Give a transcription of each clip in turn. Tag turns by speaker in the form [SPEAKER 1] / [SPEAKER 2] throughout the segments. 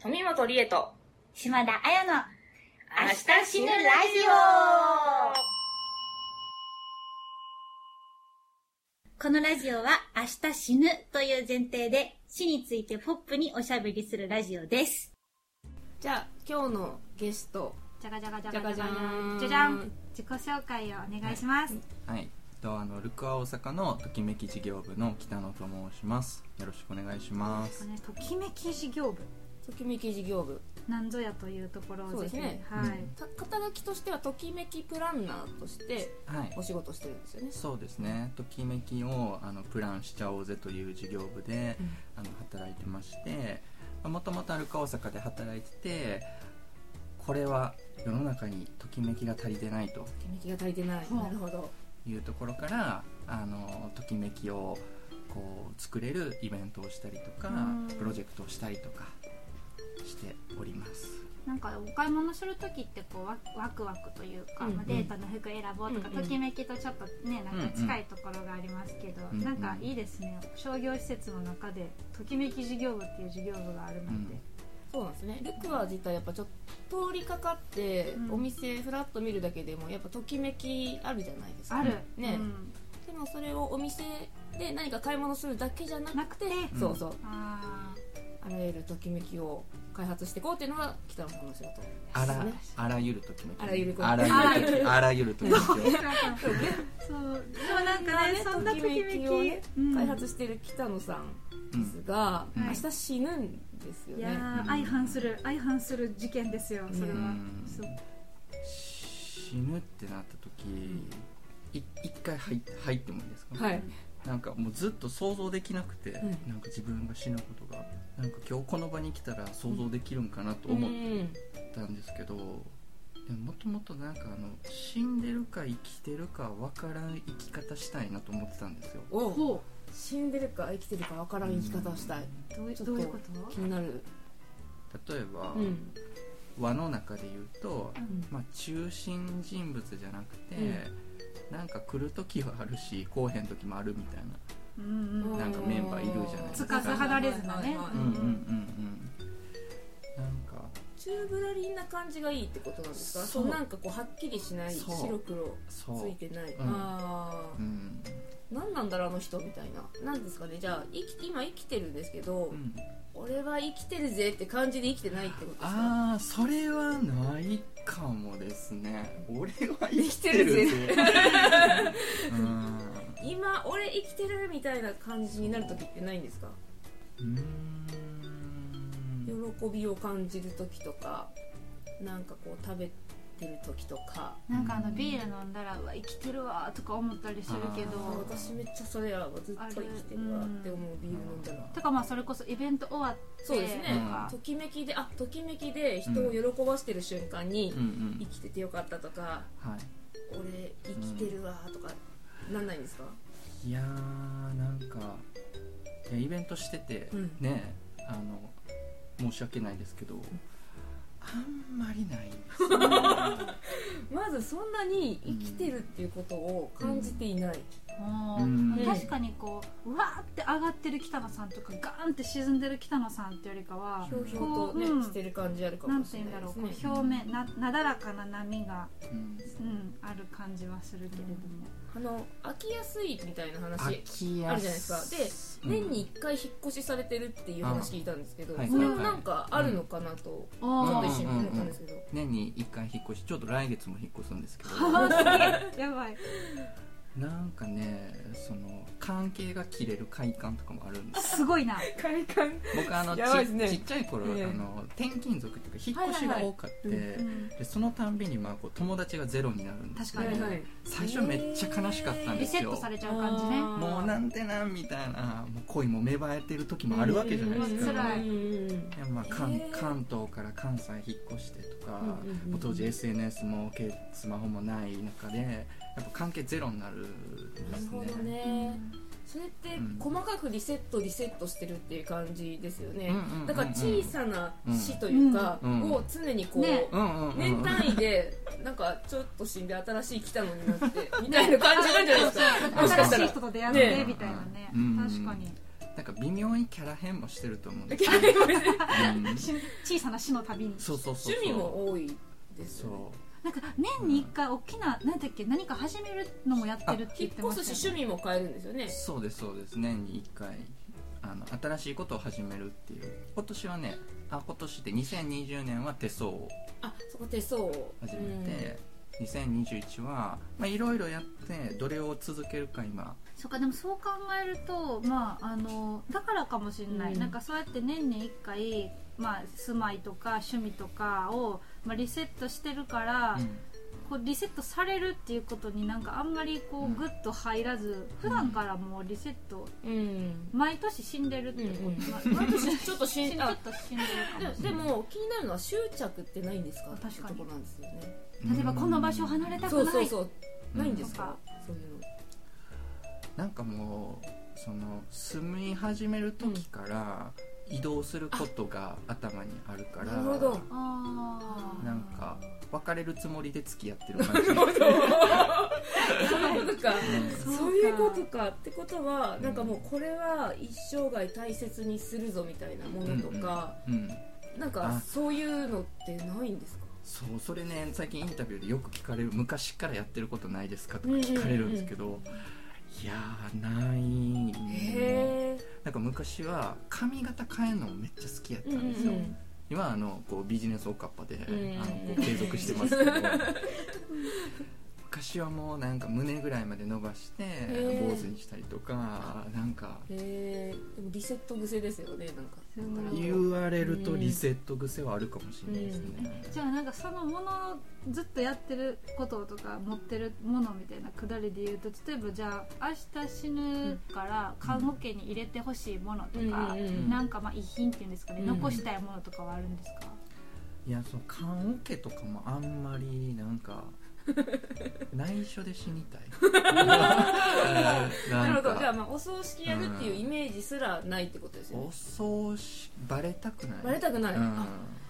[SPEAKER 1] 富本理恵と
[SPEAKER 2] 島田彩の
[SPEAKER 1] 明日死ぬラジ
[SPEAKER 2] このラジオは明日死ぬという前提で死についてポップにおしゃべりするラジオです。
[SPEAKER 3] じゃあ今日のゲスト
[SPEAKER 2] じゃがじゃがじゃ
[SPEAKER 3] じゃ
[SPEAKER 2] が
[SPEAKER 3] が
[SPEAKER 2] じ
[SPEAKER 3] じ
[SPEAKER 2] ゃ
[SPEAKER 3] ゃ
[SPEAKER 2] ん。
[SPEAKER 3] ん
[SPEAKER 2] じゃじゃん。自己紹介をお願いします。
[SPEAKER 4] はい、とあのルクア大阪のときめき事業部の北野と申します。よろしくお願いします。
[SPEAKER 2] ねときめき事業部
[SPEAKER 3] ときめき事業部
[SPEAKER 2] なんぞやというところをぜひ、
[SPEAKER 3] そうですね
[SPEAKER 2] はい。
[SPEAKER 4] うん
[SPEAKER 3] た肩書きとしてはときめきプランナーとして
[SPEAKER 4] はい
[SPEAKER 3] お、仕事してるんですよね
[SPEAKER 4] そうですね。ときめきをあのプランしちゃおうぜという事業部で、あの働いてまして、もともとルクア大阪で働いてて、これは世の中にときめきが足りてないと
[SPEAKER 3] ときめきが足りてない
[SPEAKER 2] ほう
[SPEAKER 3] なるほど
[SPEAKER 4] いうところから、あのときめきをこう作れるイベントをしたりとか
[SPEAKER 2] うん、
[SPEAKER 4] プロジェクトをしたりとかしております。
[SPEAKER 2] なんかお買い物する時ってこうワワクワクというか、
[SPEAKER 3] うん
[SPEAKER 2] まあデートの服選ぼうとか、
[SPEAKER 3] うんうん
[SPEAKER 2] ときめきとちょっとねなんか近いところがありますけど、
[SPEAKER 4] うんうん
[SPEAKER 2] なんかいいですね商業施設の中でときめき事業部っていう事業部があるなんて、
[SPEAKER 3] そうなんですねルクア自体やっぱちょっと通りかかって、
[SPEAKER 2] うん
[SPEAKER 3] お店フラッと見るだけでもやっぱときめきあるじゃないですか
[SPEAKER 2] ある、
[SPEAKER 3] ね
[SPEAKER 2] うん
[SPEAKER 3] でもそれをお店で何か買い物するだけじゃなく
[SPEAKER 2] なくて
[SPEAKER 4] うん
[SPEAKER 3] そうそう
[SPEAKER 2] あ
[SPEAKER 3] あらゆるときめきを開発していこうっていうのが北野さんの仕事
[SPEAKER 4] あ
[SPEAKER 3] そ
[SPEAKER 4] ら
[SPEAKER 3] うね
[SPEAKER 4] あらゆるときめき
[SPEAKER 3] あらゆること
[SPEAKER 4] あらゆ るときあらゆるときめきを
[SPEAKER 2] ーそうでもなんかねそんなときめき
[SPEAKER 3] をね
[SPEAKER 2] うん
[SPEAKER 3] 開発してる北野さん
[SPEAKER 4] う
[SPEAKER 3] です
[SPEAKER 4] ん
[SPEAKER 3] が、
[SPEAKER 4] うん
[SPEAKER 3] 明日死ぬんですよ
[SPEAKER 2] い
[SPEAKER 3] ね
[SPEAKER 2] やー相反する相反する事件ですよそれは、
[SPEAKER 4] うん
[SPEAKER 2] そう
[SPEAKER 4] 死ぬってなった時い一回入っ入ってもいいですか、
[SPEAKER 3] はい
[SPEAKER 4] なんかもうずっと想像できなくて、
[SPEAKER 3] うん
[SPEAKER 4] なんか自分が死ぬことがなんか今日この場に来たら想像できるんかなと思ったんですけど、でももともとなんかあの死んでるか生きてるかわからん生き方したいなと思ってたんですよ
[SPEAKER 3] おう
[SPEAKER 2] ほ
[SPEAKER 3] 死んでるか生きてるかわからん生き方をしたい、
[SPEAKER 2] うどうい
[SPEAKER 3] ちょっと
[SPEAKER 2] どういうこ
[SPEAKER 3] 気になる
[SPEAKER 4] 例えば、
[SPEAKER 3] うん
[SPEAKER 4] 輪の中で言うと、
[SPEAKER 3] ん
[SPEAKER 4] まあ、中心人物じゃなくて、なんか来る時はあるし来おへん時もあるみたいな
[SPEAKER 2] とうんうん
[SPEAKER 4] なんかメンバーいるじゃないです
[SPEAKER 2] つ
[SPEAKER 4] か
[SPEAKER 2] かず離れずな
[SPEAKER 3] はいはい
[SPEAKER 2] ね、
[SPEAKER 3] はい
[SPEAKER 4] うんうんうんうんなんか
[SPEAKER 3] チューブラリーな感じがいいってことなんですかそ
[SPEAKER 4] そうう
[SPEAKER 3] なんかこうはっきりしない
[SPEAKER 4] そう
[SPEAKER 3] 白黒
[SPEAKER 4] そう
[SPEAKER 3] ついてない、
[SPEAKER 4] うん
[SPEAKER 3] ああ
[SPEAKER 4] うん
[SPEAKER 3] 何なんだろうあの人みたいな何ですかねじゃあ生き今生きてるんですけど、
[SPEAKER 4] うん
[SPEAKER 3] 俺は生きてるぜって感じで生きてないってことですか
[SPEAKER 4] ああそれはないかもですね俺は生きて
[SPEAKER 3] てる
[SPEAKER 4] る
[SPEAKER 3] ぜ
[SPEAKER 4] ぜうん
[SPEAKER 3] 今俺生きてるみたいな感じになる時ってないんですか
[SPEAKER 4] うーん
[SPEAKER 3] 喜びを感じる時とかなんかこう食べてる時とか
[SPEAKER 2] なんかあのビール飲んだらうわ生きてるわとか思ったりするけ
[SPEAKER 3] あ
[SPEAKER 2] ど
[SPEAKER 3] 私めっちゃそれはずっと生きてるわって思うビール飲んだら
[SPEAKER 2] とかまあそれこそイベント終わって
[SPEAKER 3] そうですね
[SPEAKER 2] とか
[SPEAKER 3] ときめきであときめきで人を喜ばしてる瞬間に
[SPEAKER 4] うんうん
[SPEAKER 3] 生きててよかったとか
[SPEAKER 4] は
[SPEAKER 3] 俺生きてるわとかなんないんですか
[SPEAKER 4] いいやーなんかいやイベントしてて、
[SPEAKER 3] うん
[SPEAKER 4] ねあの申し訳ないですけどあんまりないんですよ
[SPEAKER 3] まずそんなに生きてるっていうことを感じていない、
[SPEAKER 2] も
[SPEAKER 4] うん
[SPEAKER 2] う確かにこううわーって上がってる北野さんとかガーンって沈んでる北野さんってよりかは
[SPEAKER 3] ひょうひょうとね、
[SPEAKER 2] うん
[SPEAKER 3] してる感じあるか
[SPEAKER 2] なん
[SPEAKER 3] も
[SPEAKER 2] て
[SPEAKER 3] しれ
[SPEAKER 2] 言うん
[SPEAKER 3] な
[SPEAKER 2] だ
[SPEAKER 3] い
[SPEAKER 2] ろ
[SPEAKER 3] です
[SPEAKER 2] う
[SPEAKER 3] ね
[SPEAKER 2] こう表面ななだらかな波が、
[SPEAKER 4] うん
[SPEAKER 2] うん、ある感じはするけれども
[SPEAKER 3] あの飽きやすいみたいな
[SPEAKER 4] 飽
[SPEAKER 3] 話
[SPEAKER 4] き
[SPEAKER 3] あ
[SPEAKER 4] や
[SPEAKER 3] るじゃないです
[SPEAKER 4] か
[SPEAKER 3] 年に1回引っ越しされてるっていう話聞いたんですけど、
[SPEAKER 4] うんはい
[SPEAKER 3] それもなんかあるのかなと、
[SPEAKER 2] お
[SPEAKER 3] ちょっと
[SPEAKER 2] ー
[SPEAKER 3] 一瞬思ったんですけど、
[SPEAKER 4] 年に1回引っ越しちょっと来月も引っ越すんですけど
[SPEAKER 2] やばい
[SPEAKER 4] なんかねその関係が切れる快感とかもある んです
[SPEAKER 2] すごいな
[SPEAKER 3] 快感
[SPEAKER 4] 僕あのち
[SPEAKER 3] やばいですね
[SPEAKER 4] ちっちゃい頃、
[SPEAKER 3] ええ
[SPEAKER 4] あの転勤族っていうか引っ越しが多かって、
[SPEAKER 3] はいは
[SPEAKER 2] うん
[SPEAKER 4] でそのたんびにまあこう友達がゼロになるんです
[SPEAKER 2] 確かに
[SPEAKER 3] はいはい
[SPEAKER 4] 最初めっちゃ悲しかったん
[SPEAKER 2] リ
[SPEAKER 4] です
[SPEAKER 2] セッ
[SPEAKER 4] よ
[SPEAKER 2] トされちゃう感じね
[SPEAKER 4] もうなんてなみたいなもう恋も芽生えてる時もあるわけじゃないですか
[SPEAKER 2] うんうんうん辛い
[SPEAKER 4] いやまあ関
[SPEAKER 3] えー
[SPEAKER 4] 関東から関西引っ越してとか、
[SPEAKER 3] うんうんうん
[SPEAKER 4] もう当時 SNS も携スマホもない中でやっぱ関係ゼロになるんで
[SPEAKER 3] なる
[SPEAKER 4] す
[SPEAKER 3] ほど
[SPEAKER 4] ね。
[SPEAKER 3] ねそれって
[SPEAKER 4] うん
[SPEAKER 3] 細かくリセットリセットしてるっていう感じですよね、
[SPEAKER 4] うんうんうんうん
[SPEAKER 3] だから小さな死というか、
[SPEAKER 4] うんうん
[SPEAKER 3] を常にこう、
[SPEAKER 2] ね
[SPEAKER 4] うんうんうん、
[SPEAKER 3] 年単位でなんかちょっと死んで新しい来たのに なってみたいな感じなんじゃないですかもしかした
[SPEAKER 2] 新しい
[SPEAKER 3] ら
[SPEAKER 2] 人と出会って
[SPEAKER 4] ね
[SPEAKER 2] みたいなね
[SPEAKER 4] うん
[SPEAKER 2] 確かに
[SPEAKER 4] なんか微妙にキャラ変もしてると思うんです
[SPEAKER 3] キ
[SPEAKER 4] よ
[SPEAKER 3] ャラ
[SPEAKER 4] ね、
[SPEAKER 3] 変も
[SPEAKER 4] うん
[SPEAKER 2] し小さな死の旅に
[SPEAKER 4] そうそうそうそう
[SPEAKER 3] 趣味も多いですよね
[SPEAKER 4] そ
[SPEAKER 2] なんか年に一回大きな何だっけ何か始めるのもやってるって言
[SPEAKER 3] 引っ
[SPEAKER 2] ってま
[SPEAKER 3] 越す
[SPEAKER 2] した
[SPEAKER 3] し
[SPEAKER 2] よね
[SPEAKER 3] 趣味も変えるんですよね
[SPEAKER 4] うそうですそうです年に1回あの新しいことを始めるっていう今年はねあ今年で2020年は手相を
[SPEAKER 3] あそこ手相を
[SPEAKER 4] 始めて、2021はまあいろいろやってどれを続けるか今
[SPEAKER 2] そうかでもそう考えるとまああのだからかもしれない、
[SPEAKER 3] うん
[SPEAKER 2] なんかそうやって年に一回まあ住まいとか趣味とかを、まあ、リセットしてるから、
[SPEAKER 4] うん
[SPEAKER 2] こうリセットされるっていうことになんかあんまりこ
[SPEAKER 4] うん
[SPEAKER 2] うグッと入らず、普段からもうリセット
[SPEAKER 3] うん
[SPEAKER 2] 毎年死んでるってこと、
[SPEAKER 3] うんうん
[SPEAKER 2] まあ毎年
[SPEAKER 3] ちょっとしん
[SPEAKER 2] 死んちょ
[SPEAKER 3] あ
[SPEAKER 2] っと死んでるかもしれない
[SPEAKER 3] ででも気になるのは執着ってないんですか
[SPEAKER 2] 確かに
[SPEAKER 3] ってところなんですよね
[SPEAKER 2] 例えばこの場所離れたく
[SPEAKER 3] そう
[SPEAKER 2] な
[SPEAKER 3] そう
[SPEAKER 2] い
[SPEAKER 3] そう
[SPEAKER 4] うん
[SPEAKER 3] ないんですかそういうの
[SPEAKER 4] なんかもうその住み始める時から移動することが頭にあるから、
[SPEAKER 3] なるほど
[SPEAKER 2] あー
[SPEAKER 4] なんか別れるつもりで付き合ってる 感じ
[SPEAKER 3] なるほどそういうことか
[SPEAKER 4] う
[SPEAKER 2] そうか
[SPEAKER 3] そういうことかってことはなんかもうこれは一生涯大切にするぞみたいなものとか、
[SPEAKER 4] んうん、
[SPEAKER 3] なん
[SPEAKER 4] あ
[SPEAKER 3] かそういうのってないんですか
[SPEAKER 4] そうそれね最近インタビューでよく聞かれる昔からやってることないですかとか聞かれるんですけど、いやーない
[SPEAKER 3] へ
[SPEAKER 4] なんか昔は髪型変えるのもめっちゃ好きやった
[SPEAKER 3] えうん
[SPEAKER 4] んですよ、
[SPEAKER 3] うん
[SPEAKER 4] 今はあのこうビジネスおかっぱで、
[SPEAKER 3] ん
[SPEAKER 4] あのこう継続してますけど昔はもうなんか胸ぐらいまで伸ばして
[SPEAKER 3] ー
[SPEAKER 4] 坊主にしたりとかなんか
[SPEAKER 3] へえでもリセット癖ですよねなんか
[SPEAKER 2] すごい
[SPEAKER 3] なん
[SPEAKER 4] 言われるとリセット癖はあるかもしれないです
[SPEAKER 3] う
[SPEAKER 4] ね、
[SPEAKER 2] じゃあなんかそのものずっとやってることとか持ってるものみたいなくだりで言うと例えばじゃあ明日死ぬから棺桶に入れてほしいものとか、
[SPEAKER 4] ん
[SPEAKER 2] なんかまあ遺品っていうんですかね、
[SPEAKER 3] うん
[SPEAKER 2] 残したいものとかはあるんですか、
[SPEAKER 4] いやその棺桶とかもあんまりなん か内緒で死にたい
[SPEAKER 3] な
[SPEAKER 4] な
[SPEAKER 3] るほ
[SPEAKER 4] ん
[SPEAKER 3] どじゃあ
[SPEAKER 4] か
[SPEAKER 3] まあお葬式やるっていうイメージすらないってことですよね
[SPEAKER 4] お葬式バレたくない
[SPEAKER 3] バレたくない、
[SPEAKER 4] うん
[SPEAKER 3] あ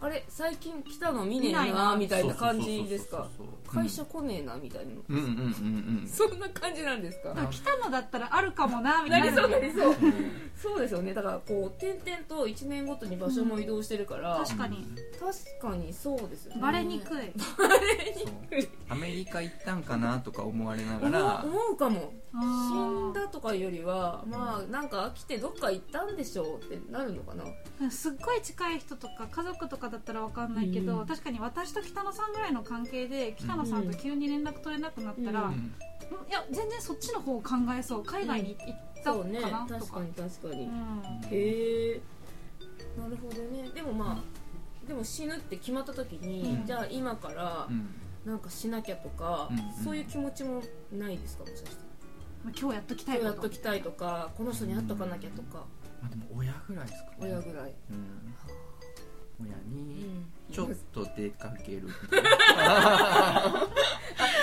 [SPEAKER 3] あれ最近来たの見ねえなみたいな感じですか
[SPEAKER 4] そうそうそうそう
[SPEAKER 3] 会社来ねえなみたいな、
[SPEAKER 4] うんうんうんうん
[SPEAKER 3] そんな感じなんですか
[SPEAKER 4] な
[SPEAKER 2] 来たのだったらあるかもなみたいな
[SPEAKER 3] なりそうなりそう
[SPEAKER 4] うん
[SPEAKER 3] そうですよねだからこう点々と1年ごとに場所も移動してるから、
[SPEAKER 2] 確かに
[SPEAKER 3] 確かにそうですよね
[SPEAKER 2] バレにく
[SPEAKER 3] い
[SPEAKER 2] い、
[SPEAKER 4] そうアメリカ行ったんかなとか思われなが
[SPEAKER 3] 思
[SPEAKER 4] ら
[SPEAKER 3] う思うかも
[SPEAKER 2] あ
[SPEAKER 3] 死
[SPEAKER 2] ー
[SPEAKER 3] んだとかよりはまあなんか飽きてどっか行ったんでしょうってなるのかな
[SPEAKER 2] すっごい近い人とか家族とかだったらわかんないけど、
[SPEAKER 3] うん
[SPEAKER 2] 確かに私と北野さんぐらいの関係で北野さんと急に連絡取れなくなったら、
[SPEAKER 3] う
[SPEAKER 4] うん
[SPEAKER 2] うんいや全然そっちの方を考えそう海外に行った
[SPEAKER 3] そ
[SPEAKER 2] の
[SPEAKER 3] うね
[SPEAKER 2] かなと
[SPEAKER 3] 確
[SPEAKER 2] か,、
[SPEAKER 3] かに確かに、
[SPEAKER 2] うん
[SPEAKER 3] へえなるほどねでもまあでも死ぬって決まった時に、
[SPEAKER 4] うん
[SPEAKER 3] じゃあ今から
[SPEAKER 4] うん
[SPEAKER 3] なんかしなきゃとか、
[SPEAKER 4] うんうん
[SPEAKER 3] そういう気持ちもないですかもしかして
[SPEAKER 2] まあ今日やっときた
[SPEAKER 3] 今
[SPEAKER 2] い
[SPEAKER 3] 日
[SPEAKER 2] こ
[SPEAKER 3] やっと
[SPEAKER 2] と
[SPEAKER 3] きたいとかこの人に会っとかなきゃとか、
[SPEAKER 4] まあでも親ぐらいですかね
[SPEAKER 3] 親ぐらい、
[SPEAKER 4] うん親
[SPEAKER 3] う
[SPEAKER 4] に
[SPEAKER 3] ん
[SPEAKER 4] ちょっと出かけ る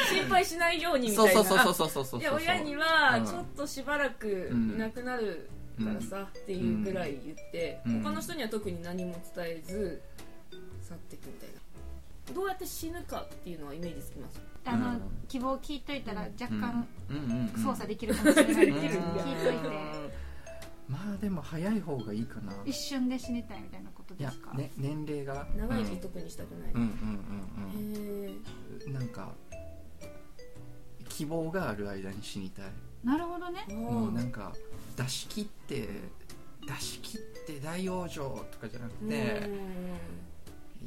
[SPEAKER 3] 心配しないようにみた
[SPEAKER 4] そ
[SPEAKER 3] いうな
[SPEAKER 4] そうそうそうそうそうそう
[SPEAKER 3] いや親に
[SPEAKER 4] う
[SPEAKER 3] は
[SPEAKER 4] ん
[SPEAKER 3] ちょっとしばらくいなくなるからさ、っていうぐらい言って、
[SPEAKER 4] うん
[SPEAKER 3] 他の人には特に何も伝えず去っていくみたいなどうやって死ぬかっていうのはイメージつきます
[SPEAKER 2] あの、
[SPEAKER 4] うん
[SPEAKER 2] 希望聞いといたら若干
[SPEAKER 4] うんうんうん
[SPEAKER 2] 操作できるかもしれない、
[SPEAKER 3] できるんだ
[SPEAKER 2] 聞いといて
[SPEAKER 4] まあでも早い方がいいかな
[SPEAKER 2] 一瞬で死にたいみたいなこと
[SPEAKER 4] い
[SPEAKER 2] で
[SPEAKER 4] や
[SPEAKER 2] すか、
[SPEAKER 4] ね年齢が
[SPEAKER 3] 長生き特にしたくない、
[SPEAKER 4] うんうんうん
[SPEAKER 3] へえ
[SPEAKER 4] うんなんか希望がある間に死にたい
[SPEAKER 2] なるほどね
[SPEAKER 4] もうなんか出し切って出し切って大往生とかじゃなくて、言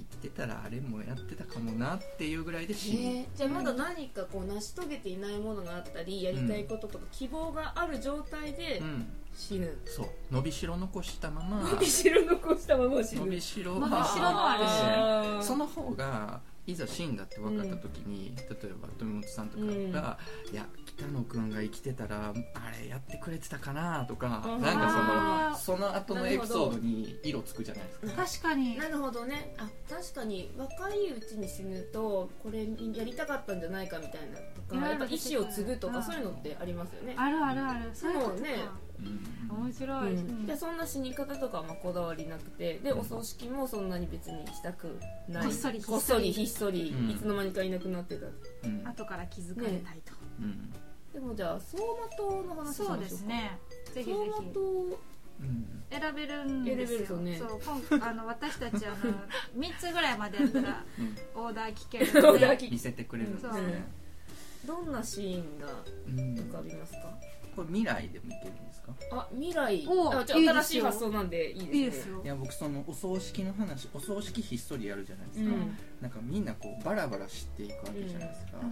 [SPEAKER 4] ってたらあれもやってたかもなっていうぐらいで死ぬ、
[SPEAKER 3] ねじゃあまだ何かこう成し遂げていないものがあったりやりたいこととか希望がある状態で
[SPEAKER 4] うん
[SPEAKER 3] 死ぬ
[SPEAKER 4] そう伸びしろ残したまま
[SPEAKER 3] 伸びしろ残したまま死
[SPEAKER 4] 伸
[SPEAKER 3] ぬ
[SPEAKER 4] びしろ
[SPEAKER 2] 伸びしろもあるし
[SPEAKER 3] あー
[SPEAKER 4] その方がいざ死んだって分かった時に、例えば富本さんとかが「いや北野君が生きてたらあれやってくれてたかな」とか、
[SPEAKER 3] うん
[SPEAKER 4] なん
[SPEAKER 2] あ
[SPEAKER 4] か
[SPEAKER 2] ー
[SPEAKER 4] そのその後のエピソードに色つくじゃないですか
[SPEAKER 2] 確かに
[SPEAKER 3] なるほどねあ確かに若いうちに死ぬとこれやりたかったんじゃないかみたいなと
[SPEAKER 2] いろ
[SPEAKER 3] か
[SPEAKER 2] いろ
[SPEAKER 3] やっぱ意思を継ぐと
[SPEAKER 2] う
[SPEAKER 3] か
[SPEAKER 2] ん
[SPEAKER 3] そういうのってありますよね
[SPEAKER 2] あるあるあるそういうことか、
[SPEAKER 3] ね
[SPEAKER 4] うん
[SPEAKER 2] 面白い、うん
[SPEAKER 3] じゃあそんな死に方とかはまあこだわりなくてで
[SPEAKER 4] うん
[SPEAKER 3] お葬式もそんなに別にしたくない
[SPEAKER 2] こっそり
[SPEAKER 3] こっそりひっそり
[SPEAKER 4] うん
[SPEAKER 3] いつの間にかいなくなってた
[SPEAKER 4] うん
[SPEAKER 2] 後から気づかれたいと、
[SPEAKER 4] うん
[SPEAKER 3] でもじゃあ走馬灯の話しましょう
[SPEAKER 2] そ
[SPEAKER 3] か
[SPEAKER 2] うですねぜひぜ
[SPEAKER 3] 走馬灯
[SPEAKER 4] うん
[SPEAKER 2] 選べるんです
[SPEAKER 3] 選べると
[SPEAKER 2] よ、
[SPEAKER 3] ね
[SPEAKER 2] そう今あの私た ちあの3つぐらいまでやったら
[SPEAKER 4] うん
[SPEAKER 2] オーダー聞ける の
[SPEAKER 3] オーダー
[SPEAKER 2] で
[SPEAKER 3] 聞
[SPEAKER 4] 見せてくれるんです
[SPEAKER 2] そう
[SPEAKER 4] ね、
[SPEAKER 3] どんなシーンが
[SPEAKER 4] うん
[SPEAKER 3] 浮かびますか
[SPEAKER 4] これ未来でもいけるんですか
[SPEAKER 3] あ未来
[SPEAKER 2] お
[SPEAKER 3] あじゃ
[SPEAKER 2] いい
[SPEAKER 3] あ
[SPEAKER 2] ですよ
[SPEAKER 3] 新しい発想なんでいいですね
[SPEAKER 2] いいですよ
[SPEAKER 4] いや僕そのお葬式の話お葬式ひっそりやるじゃないです
[SPEAKER 3] う
[SPEAKER 4] か、
[SPEAKER 3] ん
[SPEAKER 4] なんかみんなこうバラバラ知っていくわけじゃないですか、
[SPEAKER 2] うん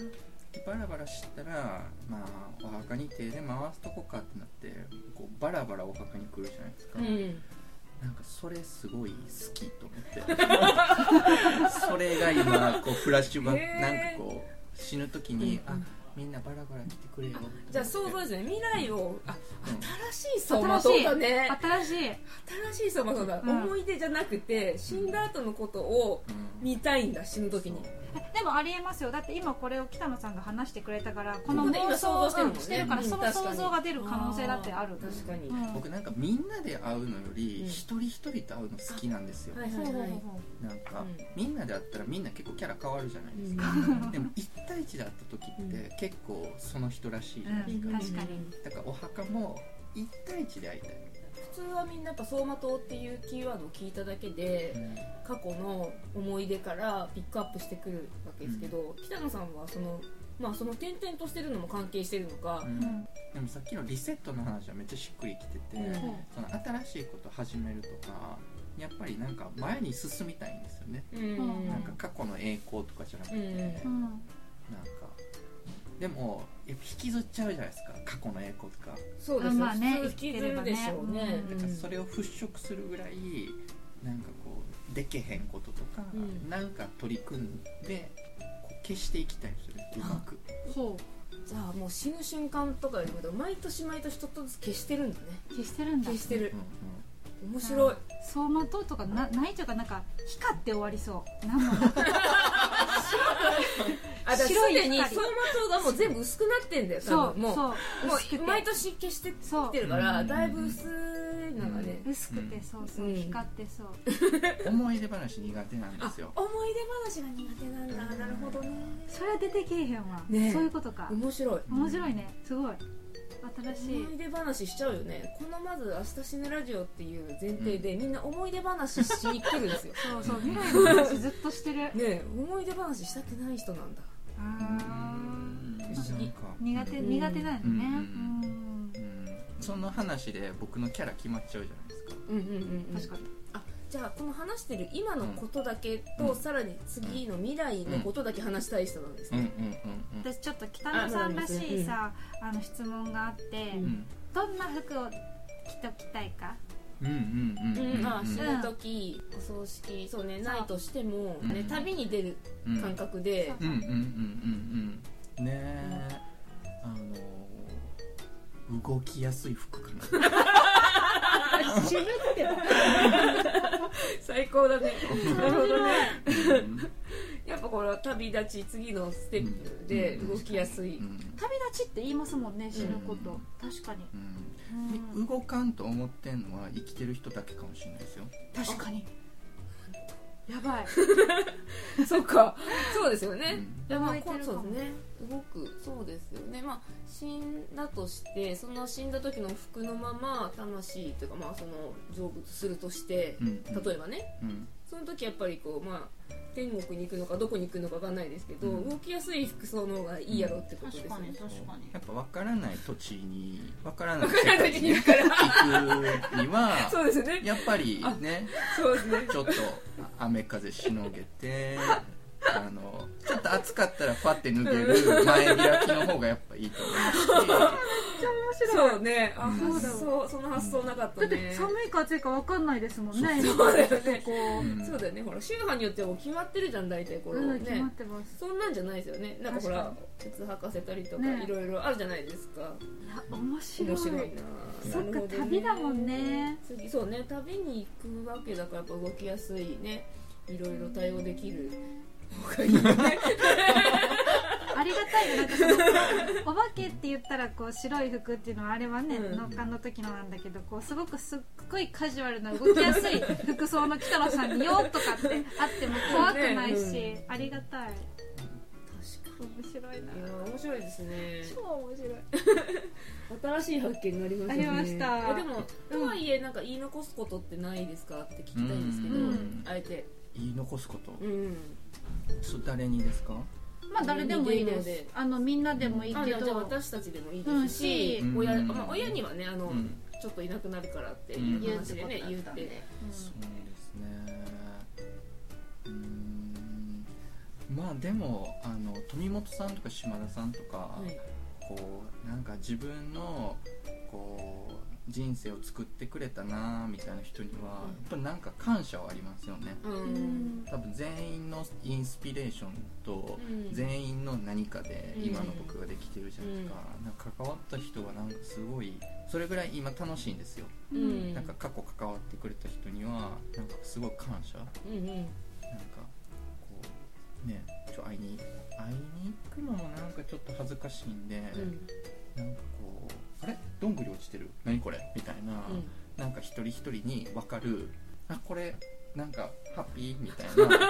[SPEAKER 4] でバラバラ知ったらまあお墓に手で回すとこかってなってこうバラバラお墓に来るじゃないですか、
[SPEAKER 3] うん
[SPEAKER 4] なんかそれすごい好きと思っ てそれが今こうフラッシュバック、
[SPEAKER 3] へー
[SPEAKER 4] なんかこう死ぬ時に、
[SPEAKER 3] うんうん
[SPEAKER 4] あみんなバラバラ来てくれよって思って
[SPEAKER 3] じゃあ想像ですね未来をあ
[SPEAKER 4] うん
[SPEAKER 3] 新しい相馬灯だね
[SPEAKER 2] 新しい
[SPEAKER 3] 新しい相馬灯だ、
[SPEAKER 2] うん
[SPEAKER 3] 思い出じゃなくて死んだ後のことを
[SPEAKER 4] うん
[SPEAKER 3] 見たいんだ死ぬ時に
[SPEAKER 2] でもありえますよだって今これを北野さんが話してくれたからこの
[SPEAKER 3] ここで今
[SPEAKER 2] 妄想
[SPEAKER 3] 想
[SPEAKER 2] を
[SPEAKER 3] 像してるもんね
[SPEAKER 2] うんしてるから
[SPEAKER 3] うん
[SPEAKER 2] その
[SPEAKER 3] 確か
[SPEAKER 2] 想
[SPEAKER 3] に
[SPEAKER 2] 像が出る可能性だってある
[SPEAKER 3] ー確かに、
[SPEAKER 2] うん
[SPEAKER 4] 僕なんかみんなで会うのより、
[SPEAKER 3] うん
[SPEAKER 4] 一人一人と会うの好きなんですよ、
[SPEAKER 3] はい
[SPEAKER 2] ほう
[SPEAKER 3] は
[SPEAKER 2] ほ
[SPEAKER 3] い
[SPEAKER 2] うほ
[SPEAKER 3] は
[SPEAKER 2] う
[SPEAKER 3] い
[SPEAKER 2] ほう
[SPEAKER 4] なんか、
[SPEAKER 3] うん
[SPEAKER 4] みんなで会ったらみんな結構キャラ変わるじゃないですか、でも1対1で会った時って結構その人らしいじゃないですか、
[SPEAKER 2] うん確かに
[SPEAKER 4] だからお墓も1対1で会いたい、
[SPEAKER 3] 普通はみんなやっぱ走馬灯っていうキーワードを聞いただけで過去の思い出からピックアップしてくるわけですけど、北野さんはそのまあその転々としてるのも関係してるのか、
[SPEAKER 4] うん
[SPEAKER 2] うん
[SPEAKER 4] でもさっきのリセットの話はめっちゃしっくりきてて、
[SPEAKER 3] うん
[SPEAKER 4] その新しいこと始めるとかやっぱりなんか前に進みたいんですよね、
[SPEAKER 3] う
[SPEAKER 2] うん
[SPEAKER 4] なんか過去の栄光とかじゃなくて、
[SPEAKER 3] うん
[SPEAKER 4] なんか
[SPEAKER 2] うん
[SPEAKER 4] でもやっぱ引きずっちゃうじゃないですか過去の栄光とか
[SPEAKER 3] そうですよ、
[SPEAKER 2] まあね
[SPEAKER 3] 普通引きずるでしょうね
[SPEAKER 2] 生きて
[SPEAKER 4] だからそれを払拭するぐらいなんかこうでけへんこととか、
[SPEAKER 3] うん
[SPEAKER 4] なんか取り組んでこう消していきたいんですよねうまく
[SPEAKER 2] ほ
[SPEAKER 3] じゃあもう死ぬ瞬間とかよりも毎年毎年ちょっとずつ消してるんだね
[SPEAKER 2] う消してるんだ
[SPEAKER 3] 消してる
[SPEAKER 4] うんうん
[SPEAKER 3] 面白い
[SPEAKER 2] 走馬灯とかなないというかなんか光って終わ りそうなんもなく
[SPEAKER 3] あだからす
[SPEAKER 2] 白い
[SPEAKER 3] でに
[SPEAKER 2] 光
[SPEAKER 3] 走馬灯がもう全部薄くなってんだよ多
[SPEAKER 2] そう
[SPEAKER 3] 分もう
[SPEAKER 2] そう
[SPEAKER 3] も
[SPEAKER 2] 薄く
[SPEAKER 3] う
[SPEAKER 2] て
[SPEAKER 3] 毎年消してき
[SPEAKER 2] そう
[SPEAKER 3] てるから
[SPEAKER 4] うん
[SPEAKER 3] だいぶ薄いのがね、
[SPEAKER 2] 薄くてそうそう、
[SPEAKER 3] うん
[SPEAKER 2] 光ってそう
[SPEAKER 4] 思い出話苦手なんですよ
[SPEAKER 3] 思い出話が苦手なんだなるほどね
[SPEAKER 2] それは出てけえへんわ、
[SPEAKER 3] ねえ
[SPEAKER 2] そういうことか、
[SPEAKER 3] 面白い
[SPEAKER 2] 面白いねすごい新しい
[SPEAKER 3] 思い出話しちゃうよねこのまず「明日死ぬラジオ」っていう前提で、みんな思い出話しに来るんです よ
[SPEAKER 2] そうそう未来の話ずっとしてる
[SPEAKER 3] ねえ思い出話したくない人なんだ
[SPEAKER 2] あ
[SPEAKER 4] うん
[SPEAKER 3] 不思議
[SPEAKER 4] なんか
[SPEAKER 2] ー苦手、
[SPEAKER 3] うん
[SPEAKER 2] 苦手なん
[SPEAKER 4] う
[SPEAKER 2] だね
[SPEAKER 4] ん
[SPEAKER 2] うん
[SPEAKER 4] うんその話で僕のキャラ決まっちゃうじゃないですか
[SPEAKER 3] うんうんうん、
[SPEAKER 2] 確かに
[SPEAKER 3] あじゃあこの話してる今のことだけ
[SPEAKER 4] うん
[SPEAKER 3] と、
[SPEAKER 4] うん
[SPEAKER 3] さらに次の未来のことだけ話したい人なんです
[SPEAKER 4] うんうん
[SPEAKER 3] ね、
[SPEAKER 4] うん
[SPEAKER 2] 私ちょっと北野さんらしいさあの質問があって、
[SPEAKER 4] うんうん
[SPEAKER 2] どんな服を着ときたいか
[SPEAKER 4] うんうんうんうん
[SPEAKER 3] うん、あ
[SPEAKER 4] うん
[SPEAKER 3] 死ぬ時、お葬式そうねないとしても、ね
[SPEAKER 4] うん
[SPEAKER 3] 旅に出る
[SPEAKER 4] うん
[SPEAKER 3] 感覚で、
[SPEAKER 4] うんうんうんうんうんねえあのー動きやすい服か な
[SPEAKER 2] 渋ってた
[SPEAKER 3] 最高だね なるほどね
[SPEAKER 4] うん
[SPEAKER 3] やっぱこれは旅立ち次のステップで動きやすい、
[SPEAKER 4] うん
[SPEAKER 2] 旅立ちって言いますもんね死ぬこと、
[SPEAKER 4] うん
[SPEAKER 2] 確かに、
[SPEAKER 4] うん
[SPEAKER 2] う
[SPEAKER 4] で
[SPEAKER 2] ん
[SPEAKER 4] 動かんと思ってんのは生きてる人だけかもしれないですよ
[SPEAKER 2] 確かにやばい
[SPEAKER 3] そっかそうですよ
[SPEAKER 4] う
[SPEAKER 3] ね、
[SPEAKER 4] ん
[SPEAKER 3] いやまあ
[SPEAKER 2] 動いて
[SPEAKER 3] こ
[SPEAKER 2] る
[SPEAKER 3] う
[SPEAKER 2] か
[SPEAKER 3] そう
[SPEAKER 2] も
[SPEAKER 3] ですね動くそうですよねまあ死んだとしてその死んだ時の服のまま魂というかまあその成仏するとして
[SPEAKER 4] うんうん
[SPEAKER 3] 例えばね
[SPEAKER 4] うん
[SPEAKER 3] その時やっぱりこうまあ天国に行くのかどこに行くのかわかんないですけど、
[SPEAKER 4] うん
[SPEAKER 3] 動きやすい服装の方がいいやろってことで
[SPEAKER 1] 確
[SPEAKER 3] すよ
[SPEAKER 1] か
[SPEAKER 3] ね
[SPEAKER 1] に、確かに
[SPEAKER 4] やっぱ分からない土地に分からない
[SPEAKER 3] 分か
[SPEAKER 4] 世
[SPEAKER 3] んない
[SPEAKER 4] 界
[SPEAKER 3] 時
[SPEAKER 4] に
[SPEAKER 3] に行
[SPEAKER 4] 行
[SPEAKER 3] くから
[SPEAKER 4] くには
[SPEAKER 3] そうですよね
[SPEAKER 4] やっぱりね
[SPEAKER 3] そうですね
[SPEAKER 4] ちょっと雨風しのげ てあのちょっと暑かったらパッて脱げる前開きの方がやっぱいいと 思いますし
[SPEAKER 3] そうねあ、
[SPEAKER 4] うん
[SPEAKER 3] 発想その発想なかった
[SPEAKER 2] だ
[SPEAKER 3] ね
[SPEAKER 2] って寒いか暑いか分かんないですもんね
[SPEAKER 4] そう
[SPEAKER 3] そうだよね
[SPEAKER 2] こう、
[SPEAKER 4] うん
[SPEAKER 3] そうだよねほら宗派によってはもう決まってるじゃん大体これ、
[SPEAKER 2] うん、決まっ
[SPEAKER 3] ね
[SPEAKER 2] てます
[SPEAKER 3] そんなんじゃないですよねなんかほら靴履かせたりとか
[SPEAKER 2] ね
[SPEAKER 3] いろいろあるじゃないですか
[SPEAKER 2] いや面白い
[SPEAKER 3] 面白いな
[SPEAKER 2] そっか
[SPEAKER 3] なるほどね
[SPEAKER 2] 旅だもんね
[SPEAKER 3] 次そうね旅に行くわけだからやっぱ動きやすいねいろいろ対応できる方がいいよね
[SPEAKER 2] ありがたいよなんかそのお化けって言ったらこう白い服っていうのはあれはね
[SPEAKER 3] うん
[SPEAKER 2] 納棺、の時のなんだけどこうすごくすっごいカジュアルな動きやすい服装の北野さんに「よ」とかってあっても怖くないし、
[SPEAKER 3] ね
[SPEAKER 2] ありがたい
[SPEAKER 5] 面白いない
[SPEAKER 3] やー面白いですね
[SPEAKER 5] 超面白い
[SPEAKER 3] 新しい発見になりました
[SPEAKER 5] あ
[SPEAKER 3] ね
[SPEAKER 5] りました
[SPEAKER 3] いやでもとはいえなんか言い残すことってないですかって聞きたいんですけど、
[SPEAKER 4] うん
[SPEAKER 3] あえて
[SPEAKER 4] 言い残すこと、
[SPEAKER 3] うん
[SPEAKER 4] それ誰にですか
[SPEAKER 2] まあ誰でもいいで
[SPEAKER 3] みんな
[SPEAKER 2] す
[SPEAKER 3] で
[SPEAKER 2] あのみんなでもいい
[SPEAKER 3] あ
[SPEAKER 2] け
[SPEAKER 3] じゃあ
[SPEAKER 2] ど
[SPEAKER 3] 私たちでもいいですし、
[SPEAKER 4] うんし
[SPEAKER 3] 親
[SPEAKER 4] うん
[SPEAKER 3] まあ、親にはねあの、
[SPEAKER 4] うん
[SPEAKER 3] ちょっといなくなるからっていう
[SPEAKER 1] 言うっ
[SPEAKER 3] 話
[SPEAKER 1] て
[SPEAKER 3] で
[SPEAKER 1] こ
[SPEAKER 3] ね、言
[SPEAKER 1] と
[SPEAKER 3] っ
[SPEAKER 1] だったん
[SPEAKER 3] て
[SPEAKER 1] で
[SPEAKER 4] そうですねうーんまあでもあの富本さんとか島田さんとか、
[SPEAKER 3] はい
[SPEAKER 4] こうなんか自分のこう人生を作ってくれたなみたいな人には、
[SPEAKER 3] うん
[SPEAKER 4] やっぱなんか感謝はありますよね
[SPEAKER 3] うん、
[SPEAKER 4] 多分全員のインスピレーションと
[SPEAKER 3] うん
[SPEAKER 4] 全員の何かで
[SPEAKER 3] うん
[SPEAKER 4] 今の僕ができてるじゃないですか,、なんか関わった人はなんかすごいそれぐらい今楽しいんですよ、
[SPEAKER 3] う
[SPEAKER 2] うん
[SPEAKER 3] ん、
[SPEAKER 4] なんか過去関わってくれた人にはなんかすごい感謝
[SPEAKER 3] うんうん
[SPEAKER 4] なんかこうねちょ会いに会いに行くのもなんかちょっと恥ずかしいんで、
[SPEAKER 3] うん
[SPEAKER 4] なんかこうあれどんぐり落ちてる何これみたいな、なんか一人一人に分かるあこれなんかハッピーみたい な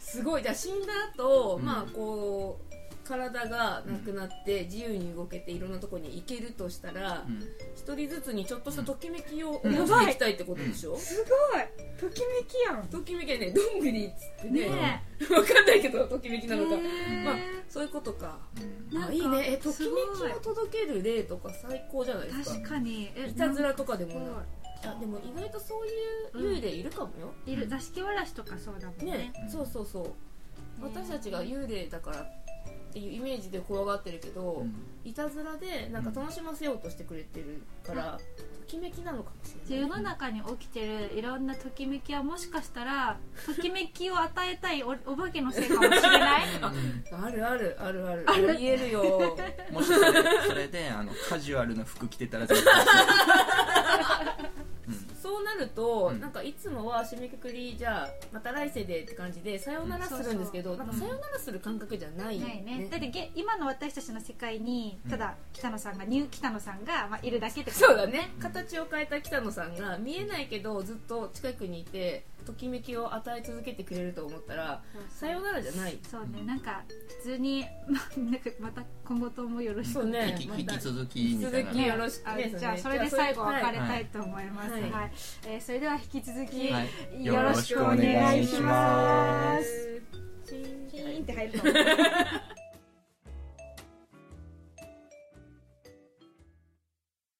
[SPEAKER 3] すごいじゃあ死んだ後、
[SPEAKER 4] うん
[SPEAKER 3] まあこう体がなくなって自由に動けていろんなとこに行けるとしたら
[SPEAKER 4] うん
[SPEAKER 3] 一、人ずつにちょっとしたときめきを
[SPEAKER 4] うん
[SPEAKER 3] 持っていきたいってことでしょ、
[SPEAKER 5] すごいときめきやん
[SPEAKER 3] ときめきはねどんぐりっつってね
[SPEAKER 2] ね
[SPEAKER 3] わかんないけどときめきなのか、
[SPEAKER 2] え
[SPEAKER 3] まあそういうことか
[SPEAKER 4] うん
[SPEAKER 2] なん
[SPEAKER 3] あ
[SPEAKER 2] か
[SPEAKER 3] いいねえとき
[SPEAKER 2] す
[SPEAKER 3] め
[SPEAKER 2] ごい
[SPEAKER 3] きを届ける例とか最高じゃないですか
[SPEAKER 2] 確かにえ
[SPEAKER 3] いたずらとかで
[SPEAKER 2] な
[SPEAKER 3] も
[SPEAKER 2] ん
[SPEAKER 3] な
[SPEAKER 2] か
[SPEAKER 3] いあでも意外とそういう幽霊いるかもよ、
[SPEAKER 2] すごいいる座敷わらしとかそうだもんね
[SPEAKER 3] ね、
[SPEAKER 4] うん
[SPEAKER 3] そうそうそう私たちが幽霊だからっていうイメージで怖がってるけど、いたずらでなんか楽しませようとしてくれてるから、ときめきなのかもしれ
[SPEAKER 2] 世
[SPEAKER 3] ない
[SPEAKER 2] の中に起きてるいろんなときめきはもしかしたらときめきを与えたいおお化けのせいかもし れない
[SPEAKER 4] う
[SPEAKER 3] あるあるあるある
[SPEAKER 2] ある
[SPEAKER 3] 言えるよ
[SPEAKER 4] んもしそれそれであのカジュアルな服着てたら 絶対うん
[SPEAKER 3] そうなると、
[SPEAKER 4] うん
[SPEAKER 3] なんかいつもは締めくくりじゃあまた来世でって感じでさようならするんですけど、
[SPEAKER 2] うんそう
[SPEAKER 3] な
[SPEAKER 2] そ
[SPEAKER 3] んか
[SPEAKER 2] う
[SPEAKER 3] さようならする感覚じゃない、
[SPEAKER 2] ないねだってげ今の私たちの世界にただ北野さんがニュー北野さんが、まあ、いるだけってこと
[SPEAKER 3] そうだね形を変えた北野さんが見えないけどずっと近くにいてときめきを与え続けてくれると思ったらさようならじゃない
[SPEAKER 2] そうねなんか普通に、 まあ、なんかまた今後ともよろしく
[SPEAKER 3] そうね
[SPEAKER 4] 引き
[SPEAKER 3] また
[SPEAKER 4] 引き続き
[SPEAKER 3] 引き
[SPEAKER 4] みたい
[SPEAKER 3] 続
[SPEAKER 4] な
[SPEAKER 3] きよろしく
[SPEAKER 2] あ
[SPEAKER 3] ね
[SPEAKER 2] じゃあそれで最後別れ
[SPEAKER 4] は
[SPEAKER 2] た
[SPEAKER 4] い
[SPEAKER 2] いと思います、
[SPEAKER 3] は
[SPEAKER 2] はいいえーそれでは引き続き、
[SPEAKER 4] はい
[SPEAKER 2] よろしくお願いします
[SPEAKER 5] チーンって入ると思う